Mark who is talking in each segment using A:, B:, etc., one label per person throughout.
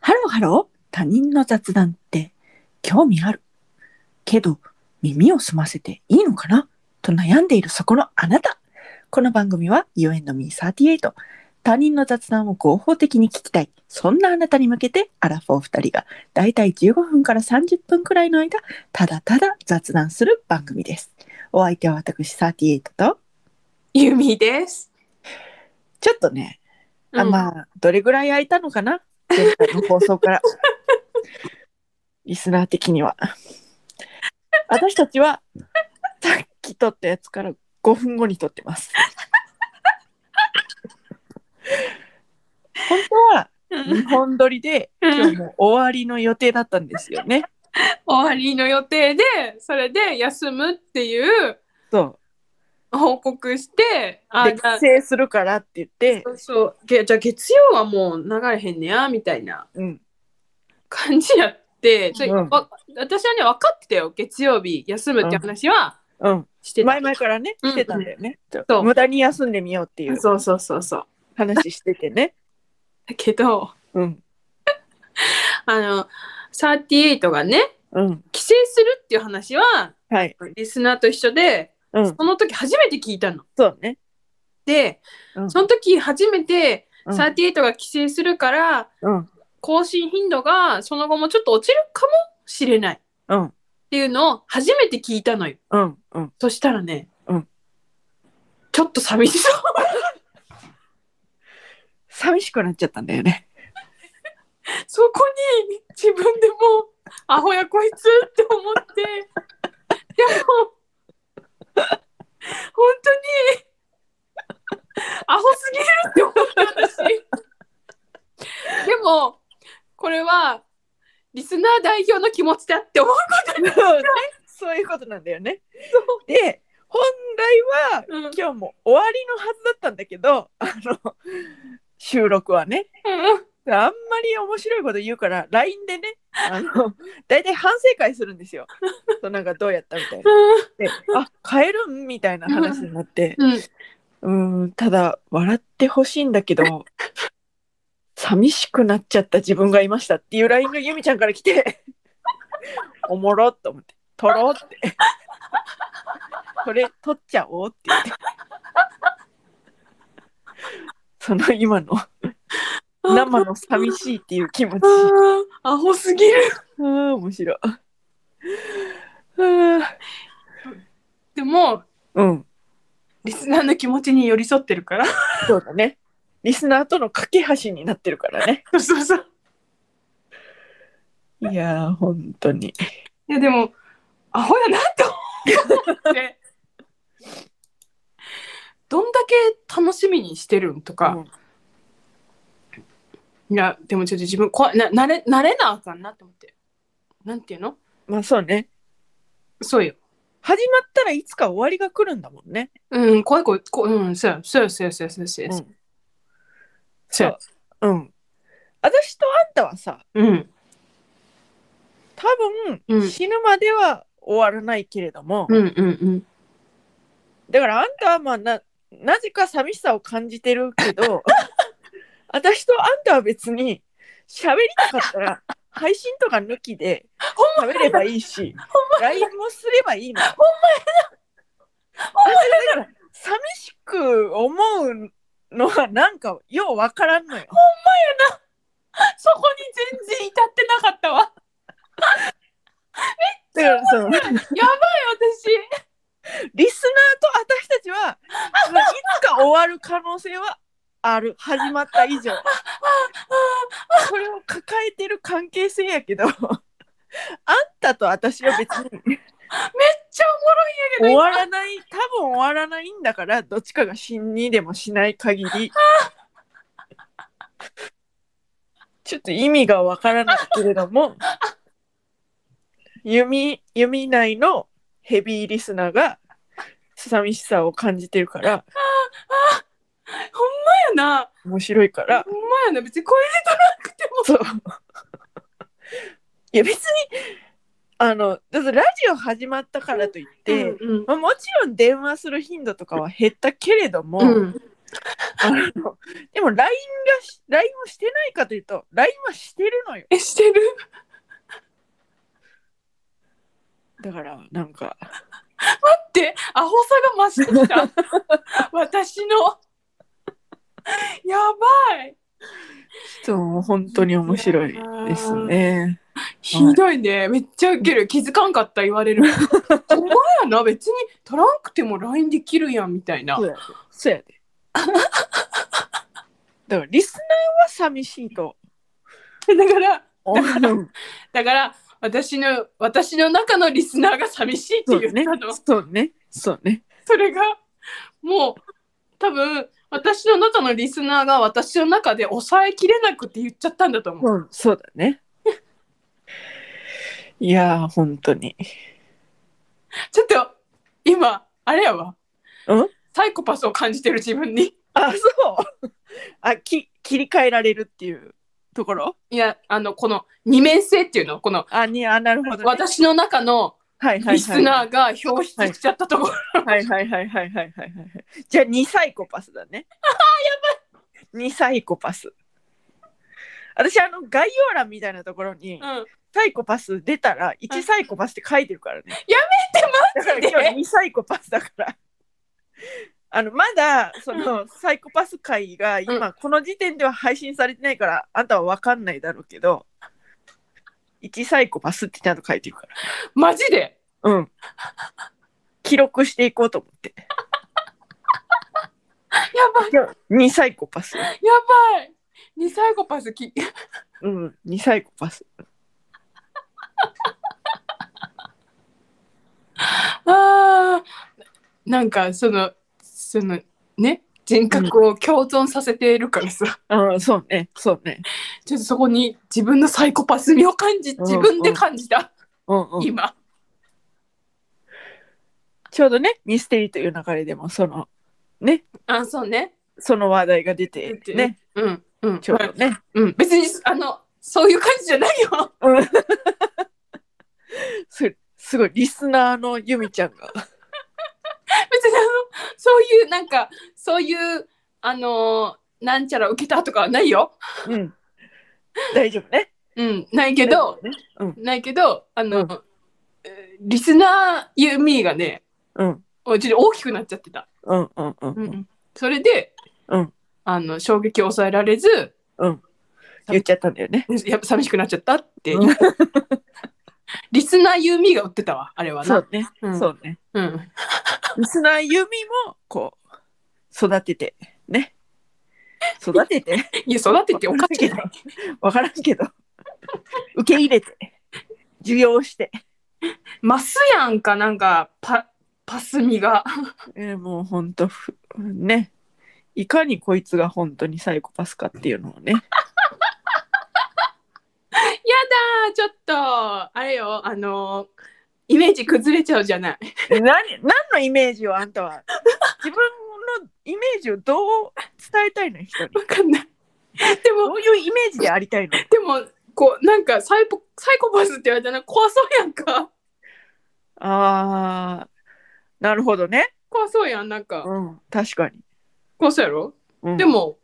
A: ハロー他人の雑談って興味ある。けど耳を澄ませていいのかなと悩んでいるそこのあなた。この番組は You and me38。他人の雑談を合法的に聞きたい。そんなあなたに向けてアラフォー2人がだいたい15分から30分くらいの間、ただただ雑談する番組です。お相手は私38と、
B: ゆみです。
A: ちょっとね、あ
B: うん
A: まあどれぐらい空いたのかな前回の放送からリスナー的には私たちはさっき撮ったやつから5分後に撮ってます本当は
B: うん
A: 2本撮りで今日も終わりの予定だったんですよね
B: 終わりの予定でそれで休むっていう
A: そ
B: 報告して
A: う
B: あ
A: で
B: じゃあ
A: 帰省するからって言って
B: そうそうげじゃあ月曜はもう流れへんねやみたいな
A: うん
B: 感じやってちょ
A: うん
B: わ私はね分かってたよ月曜日休むって話は
A: うん
B: してた、
A: 前々からね来てたんだよね、ちょ
B: そう
A: 無駄に休んでみようっていう
B: そうそうそうそう
A: 話しててね
B: だけど
A: うん
B: あの38がね
A: うん
B: 帰省するっていう話は
A: はい
B: リスナーと一緒で
A: うん、
B: その時初めて聞いたの。
A: そうね。
B: で
A: うん
B: その時初めて
A: うん
B: 38が帰省するから
A: うん、
B: 更新頻度がその後もちょっと落ちるかもしれないっ
A: うん、
B: ていうのを初めて聞いたのよ
A: うん、うん。
B: そしたらね、
A: うん
B: ちょっと寂しそう
A: 寂しくなっちゃったんだよね。
B: そこに自分でもアホやこいつって思って でも本当にアホすぎるって思った私でもこれはリスナー代表の気持ちだって思う
A: そうね。 そういうことなんだよね。で、本来は
B: うん
A: 今日も終わりのはずだったんだけど、あの、収録はね。あんまり面白いこと言うから LINE でねあの大体反省会するんですよ。そうなんかどうやったみたいな。であ変えるんみたいな話になって
B: うん
A: うーん、ただ笑ってほしいんだけど、寂しくなっちゃった自分がいましたっていう LINE がゆみちゃんから来て、おもろっと思って、とろって、これ取っちゃおうって言って。その今の生の寂しいっていう気持ち。
B: あーアホすぎる
A: あー面白い。あー
B: でも
A: うん、
B: リスナーの気持ちに寄り添ってるから
A: そうだね。リスナーとの架け橋になってるからね。
B: そうそうそう
A: いやー、本当に。
B: いやでもアホやなって思ってどんだけ楽しみにしてるんとか、いやでもちょっと自分こな慣れ慣れなあかんなって思ってなんていうの
A: まあそうね。
B: そうよ
A: 始まったらいつか終わりが来るんだもんね。
B: うん怖い怖いこうんそうやそうやそうやそうやそうやそうや
A: うん
B: そうや
A: うん。私とあんたはさ、
B: うん
A: 多
B: う
A: 分
B: ん
A: 死ぬまでは終わらないけれども、
B: うんうんうん
A: だからあんたはまあな、なぜか寂しさを感じてるけ ど、私とあんたは別に喋りたかったら、配信とか抜きで喋ればいいし、LINE もすればいいの。ほんまやだから、寂しく思うのはなんかようわからんのよ。
B: そこに全然至ってなかったわ
A: だからその
B: 私
A: リスナーと私たちはまあいつか終わる可能性はある始まった以上それを抱えてる関係性やけどあんたと私は別に
B: めっちゃおもろいんやけど
A: 終わらない多分終わらないんだからどっちかが死にでもしない限り ちょっと意味がわからないけれども弓弓内のヘビーリスナーが寂しさを感じてるから
B: ほんまやな
A: 面白いから
B: ほんまやな別に声出となくても
A: そういや別にあのだってラジオ始まったからといって、
B: うん
A: まあ、もちろん電話する頻度とかは減ったけれども、
B: うん
A: あのでも LINE がし LINE をしてないかというと LINE はしてるのよ
B: えしてる
A: だからなんか
B: ってアホさが増してきた 私のやばい
A: そう本当に面白いですね
B: ひどいねめっちゃウケる気づかんかった言われるお前やな別に取らんくても LINE できるやんみたいな
A: そうやでそうやで だからリスナーは寂しいと
B: だから
A: うん
B: だから私の私の中のリスナーが寂しいって
A: そう
B: 言っ
A: ね
B: たのそ,、
A: そうねそうね
B: れがもう多分私の中のリスナーが私の中で抑えきれなくて言っちゃったんだと思う
A: うんそうだねいやー本当に
B: ちょっと今あれやわ
A: うん
B: サイコパスを感じてる自分に
A: あそう あき切り替えられるっていうところ
B: いやあのこの二面性っていうのこの
A: あにあなるほど、ね、
B: 私の中の
A: はいはいはい
B: リスナーが表出しちゃったところ、
A: はいはいはいはいはいはいはい。じゃあ2サイコパスだね。あやばい !2 サイコパス。私あの概要欄みたいなところに、
B: うん
A: サイコパス出たら1サイコパスって書いてるからね。
B: や
A: めてマ
B: ジで
A: だから今日2サイコパスだから。あのまだそのサイコパス会が今この時点では配信されてないからあんたは分かんないだろうけど1サイコパスってちゃんと書いてるから
B: マジで
A: うん。記録していこうと思って。
B: やばい
A: 2サイコパス。
B: やばい二サイコパスき
A: うん、2サイコパス。
B: あーなんかそのそのね人格を共存させているからさ、
A: ああ、そうね、そうね。
B: ちょっとそこに自分のサイコパス味を感じ
A: ん
B: 自分で感じた、
A: うんうん、
B: 今
A: ちょうどね、ミステリーという流れでも、その、ね、
B: あそうね
A: その話題が出て
B: 出、て
A: ね、
B: うんうん
A: ちょうどね。
B: うん別にあのそういう感じじゃないよ
A: うん すすごい、リスナーのユミちゃんが。
B: 別にあのそういうなんかそういうあのーなんちゃら受けたとかはないよ。
A: うん。大丈夫ね。
B: うん、ないけど、
A: 大丈夫ね、
B: ないけどあ
A: う
B: の、
A: ん
B: えーリスナーユーミーがね
A: うん、
B: おちょっと大きくなっちゃってた。
A: うん、うん、うん、うん。
B: それで、
A: うん
B: あの衝撃を抑えられず
A: 言っちゃったんだよね。
B: やっぱ寂しくなっちゃったって、
A: うん
B: リスナーユーミーが売ってたわあれはな。
A: そうね、
B: うん
A: そうね。
B: うん、
A: リスナーユミも、こう、育てて、ね。育てて。
B: いや育てておかしいな。
A: わからんけど 受け入れて授業して、
B: マスやんかなんかパパスミが。
A: えーもうほんとふねいかにこいつが本当にサイコパスかっていうのをね
B: あーちょっとあれよあのーイメージ崩れちゃうじゃない
A: 何何のイメージをあんたは 自分のイメージをどう伝えたいの人に
B: わかんないで
A: ど
B: も
A: ういうイメージでありたいの
B: でもこうなんかサイコサイコパスって言われたら怖そうやんか
A: あーなるほどね、
B: 怖そうやんなんか
A: うん、確かに、
B: 怖そうやろ、
A: うん、
B: でも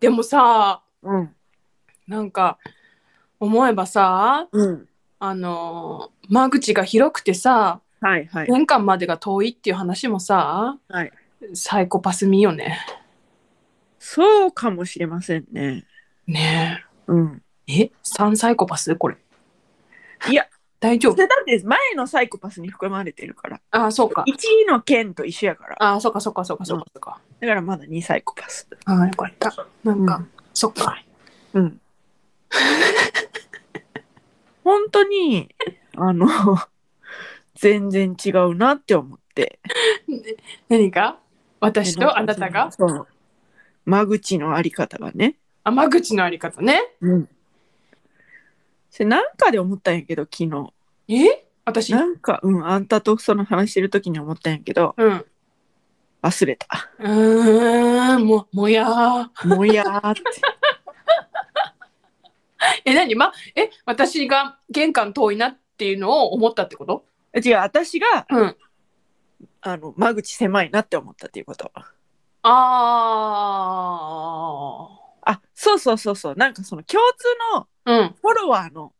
B: でもさ
A: うん
B: なんか思えばさ
A: うん
B: あのー間口が広くてさ
A: はいはい
B: 玄関までが遠いっていう話もさ、
A: はい
B: サイコパス見よね
A: そうかもしれませんね
B: ね
A: うん
B: ええ三サイコパスこれ
A: いや
B: 大丈
A: そ
B: 夫
A: れだって前のサイコパスに含まれてるから
B: あそうか
A: 1位の件と一緒やから。
B: あー、そっかそっかそっかそっかそっか。
A: だからまだ2サイコパス。
B: ああ、よかった。なんか、
A: う
B: そっか。
A: うん。本当に、あの、全然違うなって思って。
B: 何か私とあなたが
A: そう。間口のあり方がね。
B: 雨口のあり方ね。
A: うん。それなんかで思ったんやけど、昨日。
B: え私、う。
A: なんんか、うん、あんたとその話してる時に思ったんやけど、
B: う
A: 忘れた。
B: ーん、も、もやー。
A: もやー って。
B: え、何ま、え、私が玄関遠いなっていうのを思ったってこと
A: 違う、私が、
B: うん。
A: あの、間口狭いなって思ったっていうこと。
B: あ
A: あ、そうそうそうそう。なんかその共通の
B: あ。うん。
A: フォロワーの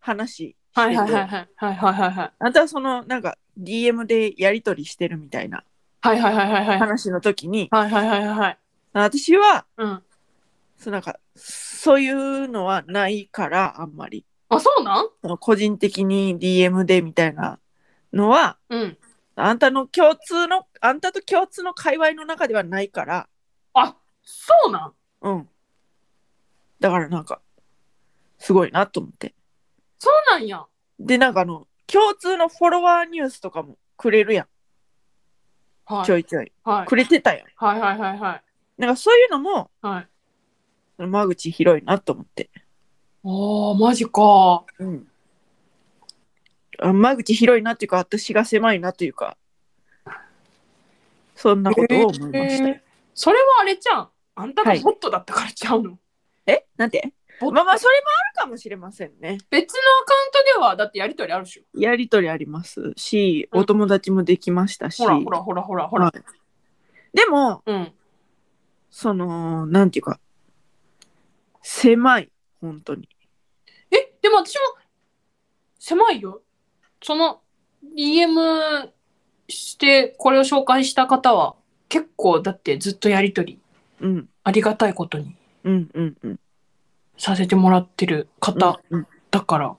A: 話して
B: はい
A: て、
B: はいはいはいはいはいはいはい。
A: あとはそのなんか DM でやり取りしてるみたいな
B: はいはいはいはいはい。はい
A: 話の時に、
B: はいはいはい。
A: 私は
B: うん。
A: そのなんかそういうのはないからあんまり
B: あ、そうなん
A: その個人的に DM でみたいなのは
B: うん。
A: あんたの共通のあんたと共通の界隈の中ではないから
B: あ、そうなん
A: うんだからなんかすごいなと思って
B: そうなんや。
A: でなんかあの共通のフォロワーニュースとかもくれるやん
B: はい。
A: ちょいちょい
B: はい。
A: くれてたやん
B: はいはいはいはい。
A: なんかそういうのも
B: はい。
A: その間口広いなと思って
B: ああ、マジか。
A: うんあ間口広いなっていうか私が狭いなというかそんなことを思いました、
B: えーそれはあれじゃん。あんたが
A: はい
B: ボットだったからちゃうの。
A: えなんて
B: ボッ
A: まあまあそれもあるかもしれませんね
B: 別のアカウントではだってやりとりあるでしょ。
A: やりとりありますし
B: うん
A: お友達もできましたし、
B: ほらほらほらほらほら。
A: はいでも
B: うん。
A: そのなんていうか狭い本当に
B: え、でも私も狭いよ。その DM してこれを紹介した方は結構だってずっとやりとり
A: うん
B: ありがたいことに
A: うんうんうん
B: させてもらってる方
A: うんうん
B: だから。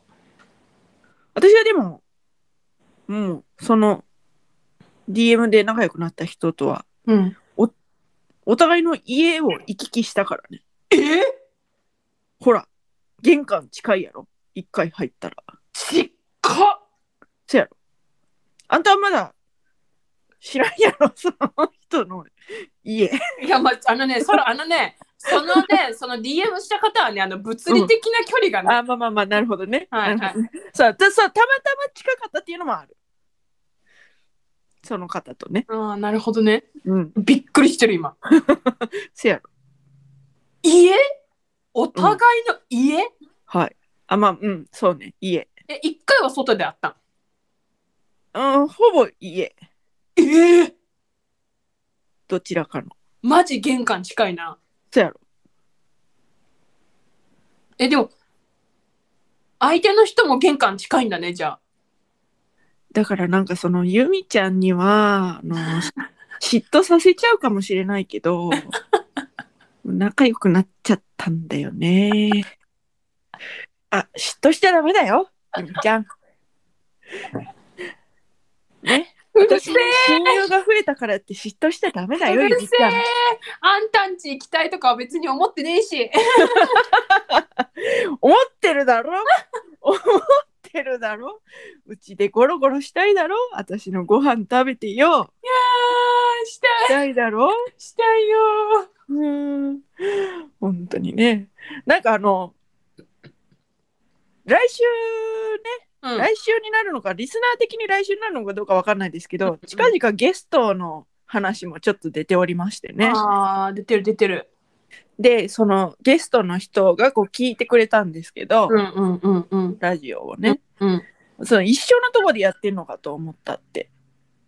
A: 私はでももうその DM で仲良くなった人とは
B: うん。
A: お互いの家を行き来したからね
B: え
A: ほら、玄関近いやろ。一回入ったら。
B: ちっか
A: せやろ。あんたはまだ知らんやろ、 その人の家。
B: いや、まあ、あのね、それ、あのね、その ね、その DM した方はね、あの、物理的な距離がね、
A: あ、まあまあまあ、なるほどね。
B: はい
A: なるほどねそう、たそうたまたま近かったっていうのもある。その方とね。
B: ああ、なるほどね。
A: うん。
B: びっくりしてる、今。
A: せやろ。
B: 家お互いの家、
A: はい。あ、まあ、うん、そうね。家。
B: え、一回は外であったん
A: うん、ほぼ家。
B: ええ
A: どちらかの。
B: マジ玄関近いな。
A: せやろ。
B: え、でも、相手の人も玄関近いんだね、じゃあ。
A: だからなんかそのユミちゃんにはあ の嫉妬させちゃうかもしれないけど仲良くなっちゃったんだよね。あ嫉妬しちゃダメだよユミちゃん。ね
B: うる
A: 私
B: せ
A: に
B: え
A: 親友が増えたからって嫉妬しちゃダメだ
B: う
A: よユ
B: る
A: ミ
B: せ
A: ちゃん。
B: えあんたんち行きたいとかは別に思ってねえし。
A: 思ってるだろ思ってるだろうちでゴロゴロしたいだろ私のご飯食べてよ
B: ああ、し
A: し
B: た
A: たいだろ
B: い、したいよ
A: うーん本当にね。なんかあの、来週
B: ー。う
A: ね、
B: ん。
A: 来週になるのか、リスナー的に来週になるのかどうかわかんないですけ
B: う
A: ど
B: ん、
A: 近々ゲストの話もちょっと出ておりましてね。
B: ああ、出てる出てる。
A: で、そのゲストの人がこう聞いてくれたんですけど、
B: うんうんうんうん。
A: ラジオをね、
B: うん。
A: その一緒のとこでやってるのかと思ったって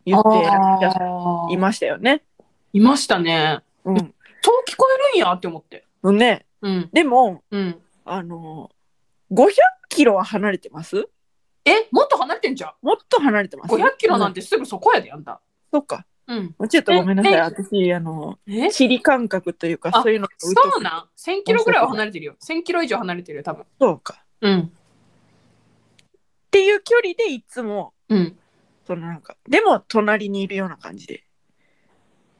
A: 言ってらっしゃ
B: あー
A: いましたよね。
B: いましたね。
A: うん。
B: そう聞こえるんやって思って。
A: のね、
B: うん。
A: でも、
B: うん。
A: あの、500キロは離れてます
B: え、もっと離れてんじゃん。
A: もっと離れてます。
B: 500キロなん
A: て。
B: てすぐそこやで、あんた。
A: そっか。
B: うん。
A: ちょっとごめんなさい。
B: ええ
A: 私、あの、
B: え
A: 地理感覚というか、
B: あ
A: そういうのが疎く
B: そうなん ?1000 キロぐらいは離れてるよ。1000キロ以上離れてるよ、多分。
A: そうか。っ
B: うん。
A: ていう距離でいつも、
B: うん。
A: そのなんか、でも隣にいるような感じで。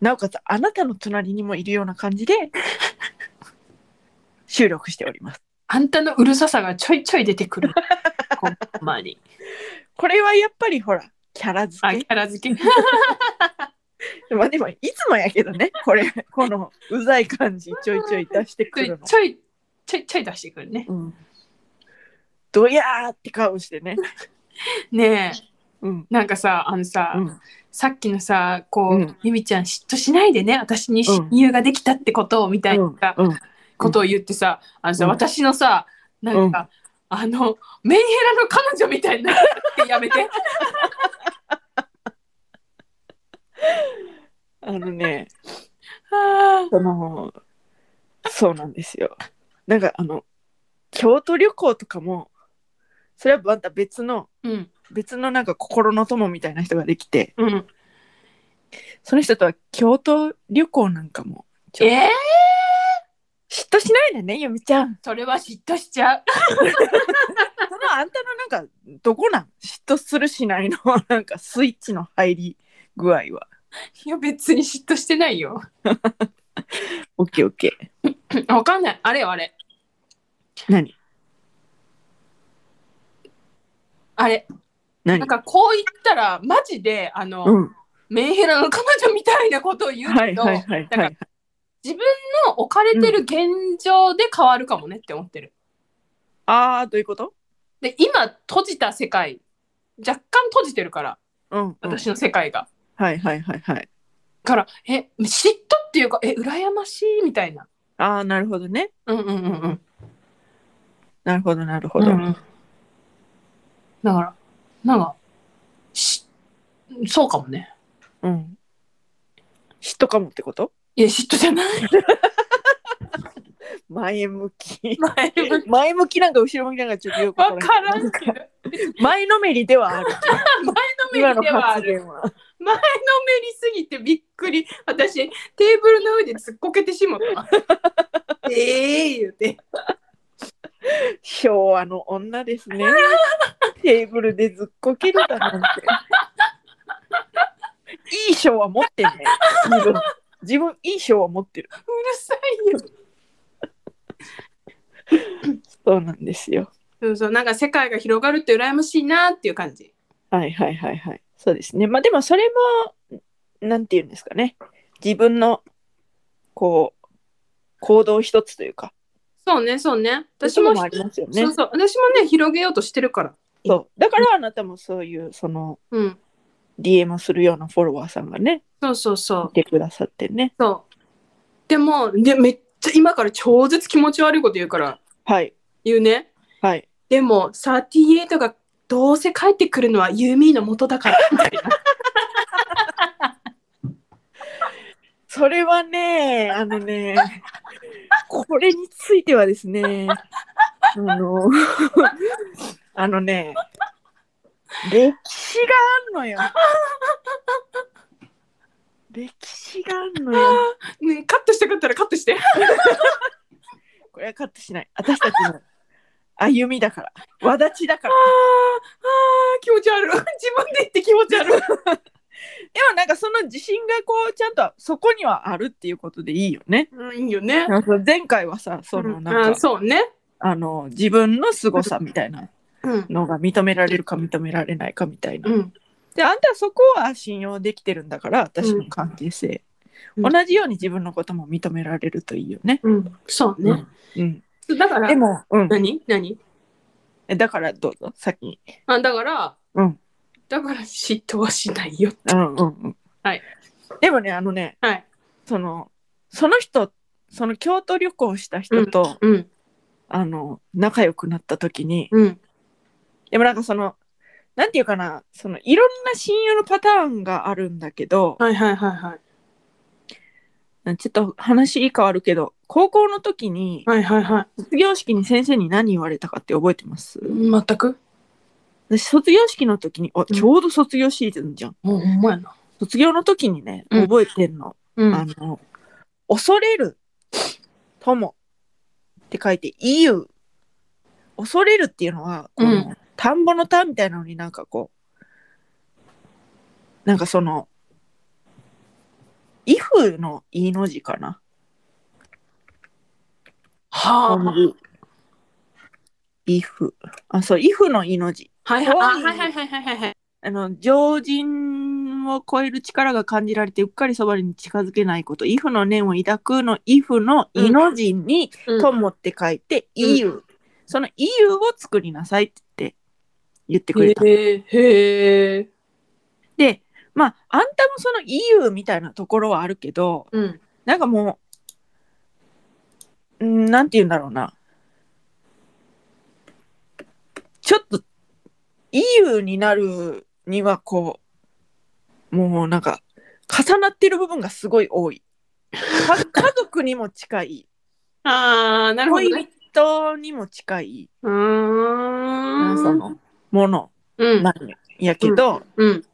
A: なおかつ、あなたの隣にもいるような感じ で、収録しております。
B: あんたのうるささがちょいちょい出てく る。ほんまに。
A: これはやっぱりほら、キャラ付
B: あ、キ
A: け。
B: ャラ付け。
A: まあでも、いつもやけどね、これ、このうざい感じ、ちょいちょい出してく
B: ちょ
A: る
B: い
A: の。
B: ちょい、ちょいちょい出してくるね。
A: うん。ドヤーって顔してね。
B: ねえ。
A: うん。
B: なんかさ、あのさ、
A: うん。
B: さっきのさ、こう、
A: うん
B: ゆみちゃん嫉妬しないでね、私に親友ができたってことを、みたいなさ
A: うんうん
B: ことを言ってさ、あのさ、
A: うん
B: 私のさ、なんか、あの、メンヘラの彼女みたいになってやめて。
A: あのね、
B: あ
A: そのそうなんですよなんかあの京都旅行とかもそれはまた別の
B: ーうん。
A: 別のなんか心の友みたいな人ができて
B: うん。
A: その人とは京都旅行なんかもちょ
B: えー、
A: 嫉妬しないでねゆみちゃん
B: それは嫉妬しちゃう。
A: そのあんたのなんかどこなん嫉妬するしないの なんかスイッチの入り具合はい
B: や、別に嫉妬してないよ。
A: オッケーオッケー
B: わかんない。あれよ、あれ。
A: 何
B: あれ。
A: 何
B: なんかこう言ったら、マジで、あの、
A: うん
B: メンヘラの彼女みたいなことを言う
A: は
B: け
A: い
B: ど、
A: はいはい
B: だ
A: は
B: か
A: い
B: 自分の置かれてる現状で変わるかもねって思ってる。
A: ああどういうこと
B: で、今、閉じた世界、若干閉じてるから、
A: うん、うん、
B: 私の世界が。
A: はいはいはいはい
B: から、え、嫉妬っていうか、え、羨ましいみたいな。
A: ああなるほどね
B: うんうんうんうん。
A: なるほどなるほど、
B: うんうんだから、なんか、し、そうかもね。
A: うん。嫉妬かもってこと
B: いや、嫉妬じゃない。
A: 前向き。
B: 前向き
A: 前向きなんか後ろ向きなんかちょっとよく
B: わから
A: ん
B: んけど。
A: 前のめりではある。
B: 前のめ
A: 今
B: り
A: の
B: ではあ
A: 発
B: る。
A: 言は。
B: 前のめりすぎてびっくり。私、テーブルの上で突っこけてしもった。 ええ言うて。
A: 昭和の女です ね。テーブルでずっこけるだなんて。いい昭和持ってんね。自分、自分いい昭和持ってる。
B: うるさいよ。
A: そうなんですよ。
B: そうそう、なんか世界が広がるって羨ましいなっていう感じ。
A: はいはいはいはい。そうですね。まあでもそれも、なんて言うんですかね。自分の、こう、行動一つというか。
B: そうね、そうね。私
A: 私
B: も
A: も、ありますよね。
B: そうそう、私もね、広げようとしてるから。
A: そうだからあなたもそういうその
B: うん。
A: DM するようなフォロワーさんがね
B: そうそうそう
A: い。てくださってね
B: そう。でも、でめっちゃ今から超絶気持ち悪いこと言うから、
A: はい
B: 言うね。
A: はい
B: でも、38がどうせ帰ってくるのはユーミーの元だ から、みたいな。
A: それはねあのねこれについてはですねあの あのね歴史があんのよ歴史があんのよ
B: ね、カットしたかったらカットして。
A: これはカットしない私たちの歩みだからわだちだから
B: あーあー、気持ち悪い。自 分で言って気持ち悪い。
A: でもなんかその自信がこうちゃんとそこにはあるっていうことでいいよね。
B: うん、いいよね。
A: なんか前回はさその
B: うん
A: なん
B: あ
A: か、
B: そうね。
A: あの自分の凄さみたいな
B: うん。
A: のが認められるか認められないかみたいな。
B: うん。
A: であんたはそこは信用できてるんだから私の関係性、
B: うん
A: 同じように自分のことも認められるといいよね。
B: うん。そうね。
A: うん、
B: だから、
A: でも、うん、
B: 何何
A: えだからどうぞ先に。
B: あ、だから、
A: うん
B: だから嫉妬はしないよ。
A: うんうんうん
B: はい、
A: でもねあのね
B: はい。
A: そのその人その京都旅行した人と、
B: うん。
A: あの仲良くなった時に
B: うん。
A: でもなんかそのなんていうかなそのいろんな親友のパターンがあるんだけど
B: はいはいはいはい。
A: ちょっと話変わるけど高校の時に
B: はいはいはい。
A: 卒業式に先生に何言われたかって覚えてます
B: 全く
A: 私卒業式の時にあちょうど卒業シーズンじゃん
B: もうほんまやな。
A: 卒業の時にね
B: うん
A: 覚えてんの,、
B: う
A: あ。の恐れる友って書いて EU 恐れるっていうのはこの、
B: うん
A: 田んぼの田みたいなのになんかこうなんかその「if」の「い」の字かな
B: はあ。
A: 「if」あそう「if」の「い」の字
B: はいはい
A: 怖い
B: はいはいはいはいはいはい。
A: あの常人を超える力が感じられてうっかりそばに近づけないこと「if」の念を抱くの「if」の「い」の字に「
B: うん
A: 友」って書いて「
B: うん
A: eu、その「eu」を作りなさいって言ってくれた
B: へえへえ。
A: でまああんたもその EU みたいなところはあるけど
B: うん。
A: なんかもううんなんて言うんだろうなちょっと EU になるにはこうもうなんか重なってる部分がすごい多いか 家族にも近い
B: ああ、なるほど、ね。
A: 人にも近いう
B: ーん。
A: そのもの
B: うん。
A: なんやけど、
B: うん。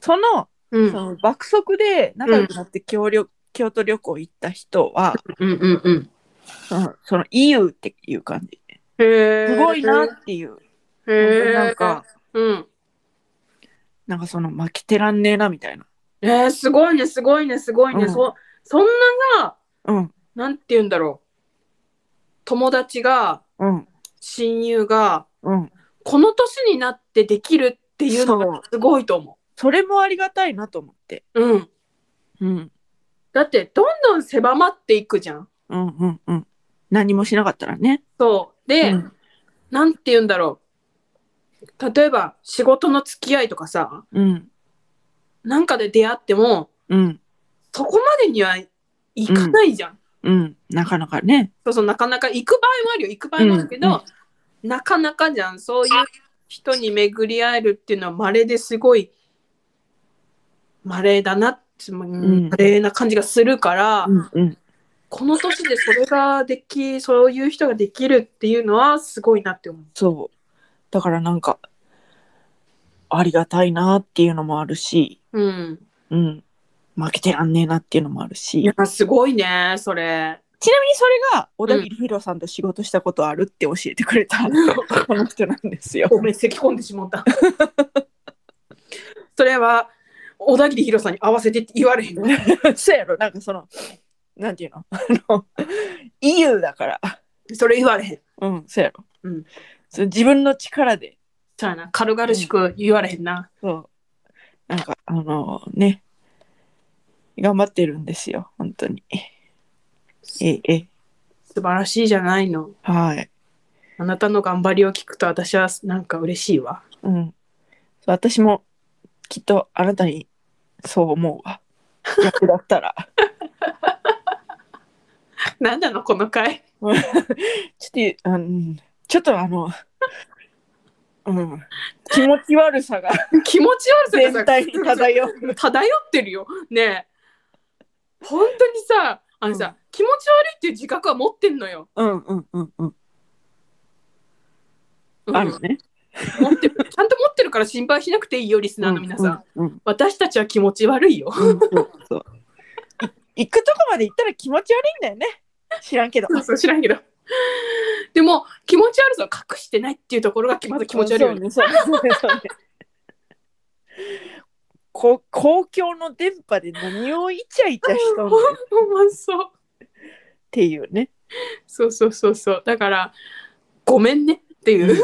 A: その
B: うん。
A: その爆速で仲良くなって京旅、京都旅行行った人は、
B: うんうんうん。
A: うんその EU っていう感じ
B: へえ。
A: すごいなっていう、本
B: へ
A: 当
B: え。
A: なんか。
B: うん。
A: なんかその負けてらんねえなみたいな、
B: えー、すごいね、すごいね、すごいね。
A: うん
B: そそんなさ、
A: うん
B: なんて言うんだろう。友達が、
A: うん
B: 親友が、
A: うん、
B: この年になってできるっていうのがすごいと思
A: それもありがたいなと思って、
B: う。うん。
A: うん、
B: だって、どんどん狭まっていくじゃん。
A: うんうんうん何もしなかったらね、
B: そう。で、
A: うん
B: なんて言うんだろう。例えば、仕事の付き合いとかさ、
A: うん
B: なんかで出会っても、
A: うん
B: そこまでにはいかないじゃん。
A: うんなかなかね
B: そうそう、なかなか行く場合もあるよ。行く場合もあるけど、
A: うんう
B: なかなかじゃん。そういう人に巡り合えるっていうのは稀ですごい、稀だなって、
A: ん
B: 稀な感じがするから、
A: うんうん
B: この年でそれができ、そういう人ができるっていうのはすごいなって思う。
A: そうだからなんかありがたいなっていうのもあるし、
B: うん。
A: うん、負けてらんねえなっていうのもあるし
B: いや、すごいね、それ。
A: ちなみにそれが小田切ヒロさんと仕事したことあるって教えてくれた、 この人なんですよ。
B: ごめん、咳込んでし まった。それは、小田切ヒロさんに合わせてって言われへんの。
A: そうやろなんかそのなんていうの あの EU だから
B: それ言われへん。
A: うんそうやろ、
B: うん、
A: その自分の力で
B: そうやな、軽々しく言われへんな。
A: そうなんかあのね頑張ってるんですよ本当にええ
B: 素晴らしいじゃないの。
A: はい、
B: あなたの頑張りを聞くと私はなんか嬉しいわ。
A: うん、そう私もきっとあなたにそう思うわ逆だったら
B: なんなのこ の回。
A: ちょっと、うん、ちょっとあの、うん、気持ち悪さが
B: 気持ち悪さが
A: 全
B: さ
A: 体に漂う。
B: 漂ってるよ。ねえ。本当にさ、あのさ、
A: うん
B: 気持ち悪いっていう自覚は持ってんのよ。
A: うんうんうんうん。
B: うん
A: あるね。
B: 持ってる。ちゃんと持ってるから心配しなくていいよ、リスナーの皆さん。
A: うん。うん
B: 私たちは気持ち悪いよ。
A: うんそうそうい行くとこまで行ったら気持ち悪いんだよね。知らんけど。
B: そうそう、知らんけど。でも、気持ち悪さを隠してないっていうところがまず気持ち悪いよね。
A: うんそうね。そうねそうねそうねこ公共の電波で何をイチャイチャしとんねんっ
B: ほんまそう。
A: ていうね。
B: そうそうそうそう。だから、ごめんねっていう。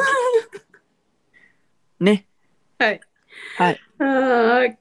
A: ね。
B: はい。
A: はい。
B: は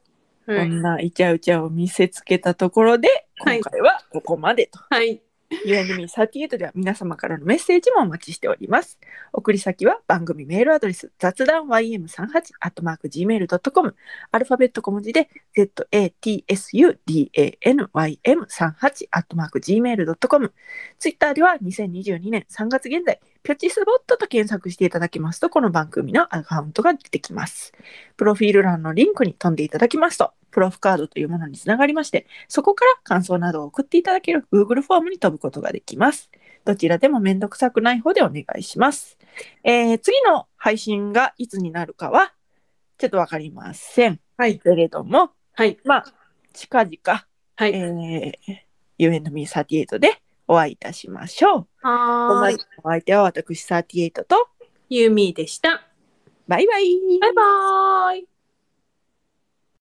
A: こ
B: い。
A: んなイチャイチャを見せつけたところで、
B: はい
A: 今回はここまでと。
B: はい。
A: u n m 3 8では皆様からのメッセージもお待ちしております。送り先は番組メールアドレス雑談 ym38-gmail.com アルファベット小文字で zatsudanym38-gmail.com ツイッターでは2022年3月現在ピョチスボットと検索していただきますとこの番組のアカウントが出てきます。プロフィール欄のリンクに飛んでいただきますとプロフカードというものにつながりましてそこから感想などを送っていただける Google フォームに飛ぶことができます。どちらでもめんどくさくない方でお願いします。えー次の配信がいつになるかは、ちょっとわかりません
B: はい。
A: けれども、
B: はい。
A: まあ、近々、
B: はい。
A: えー、UNME38 でお会いいたしましょう。お
B: は
A: 相
B: ーい。
A: 手お相手は私38と、
B: ユーミーでした。
A: バイバイ。
B: バイバーイ。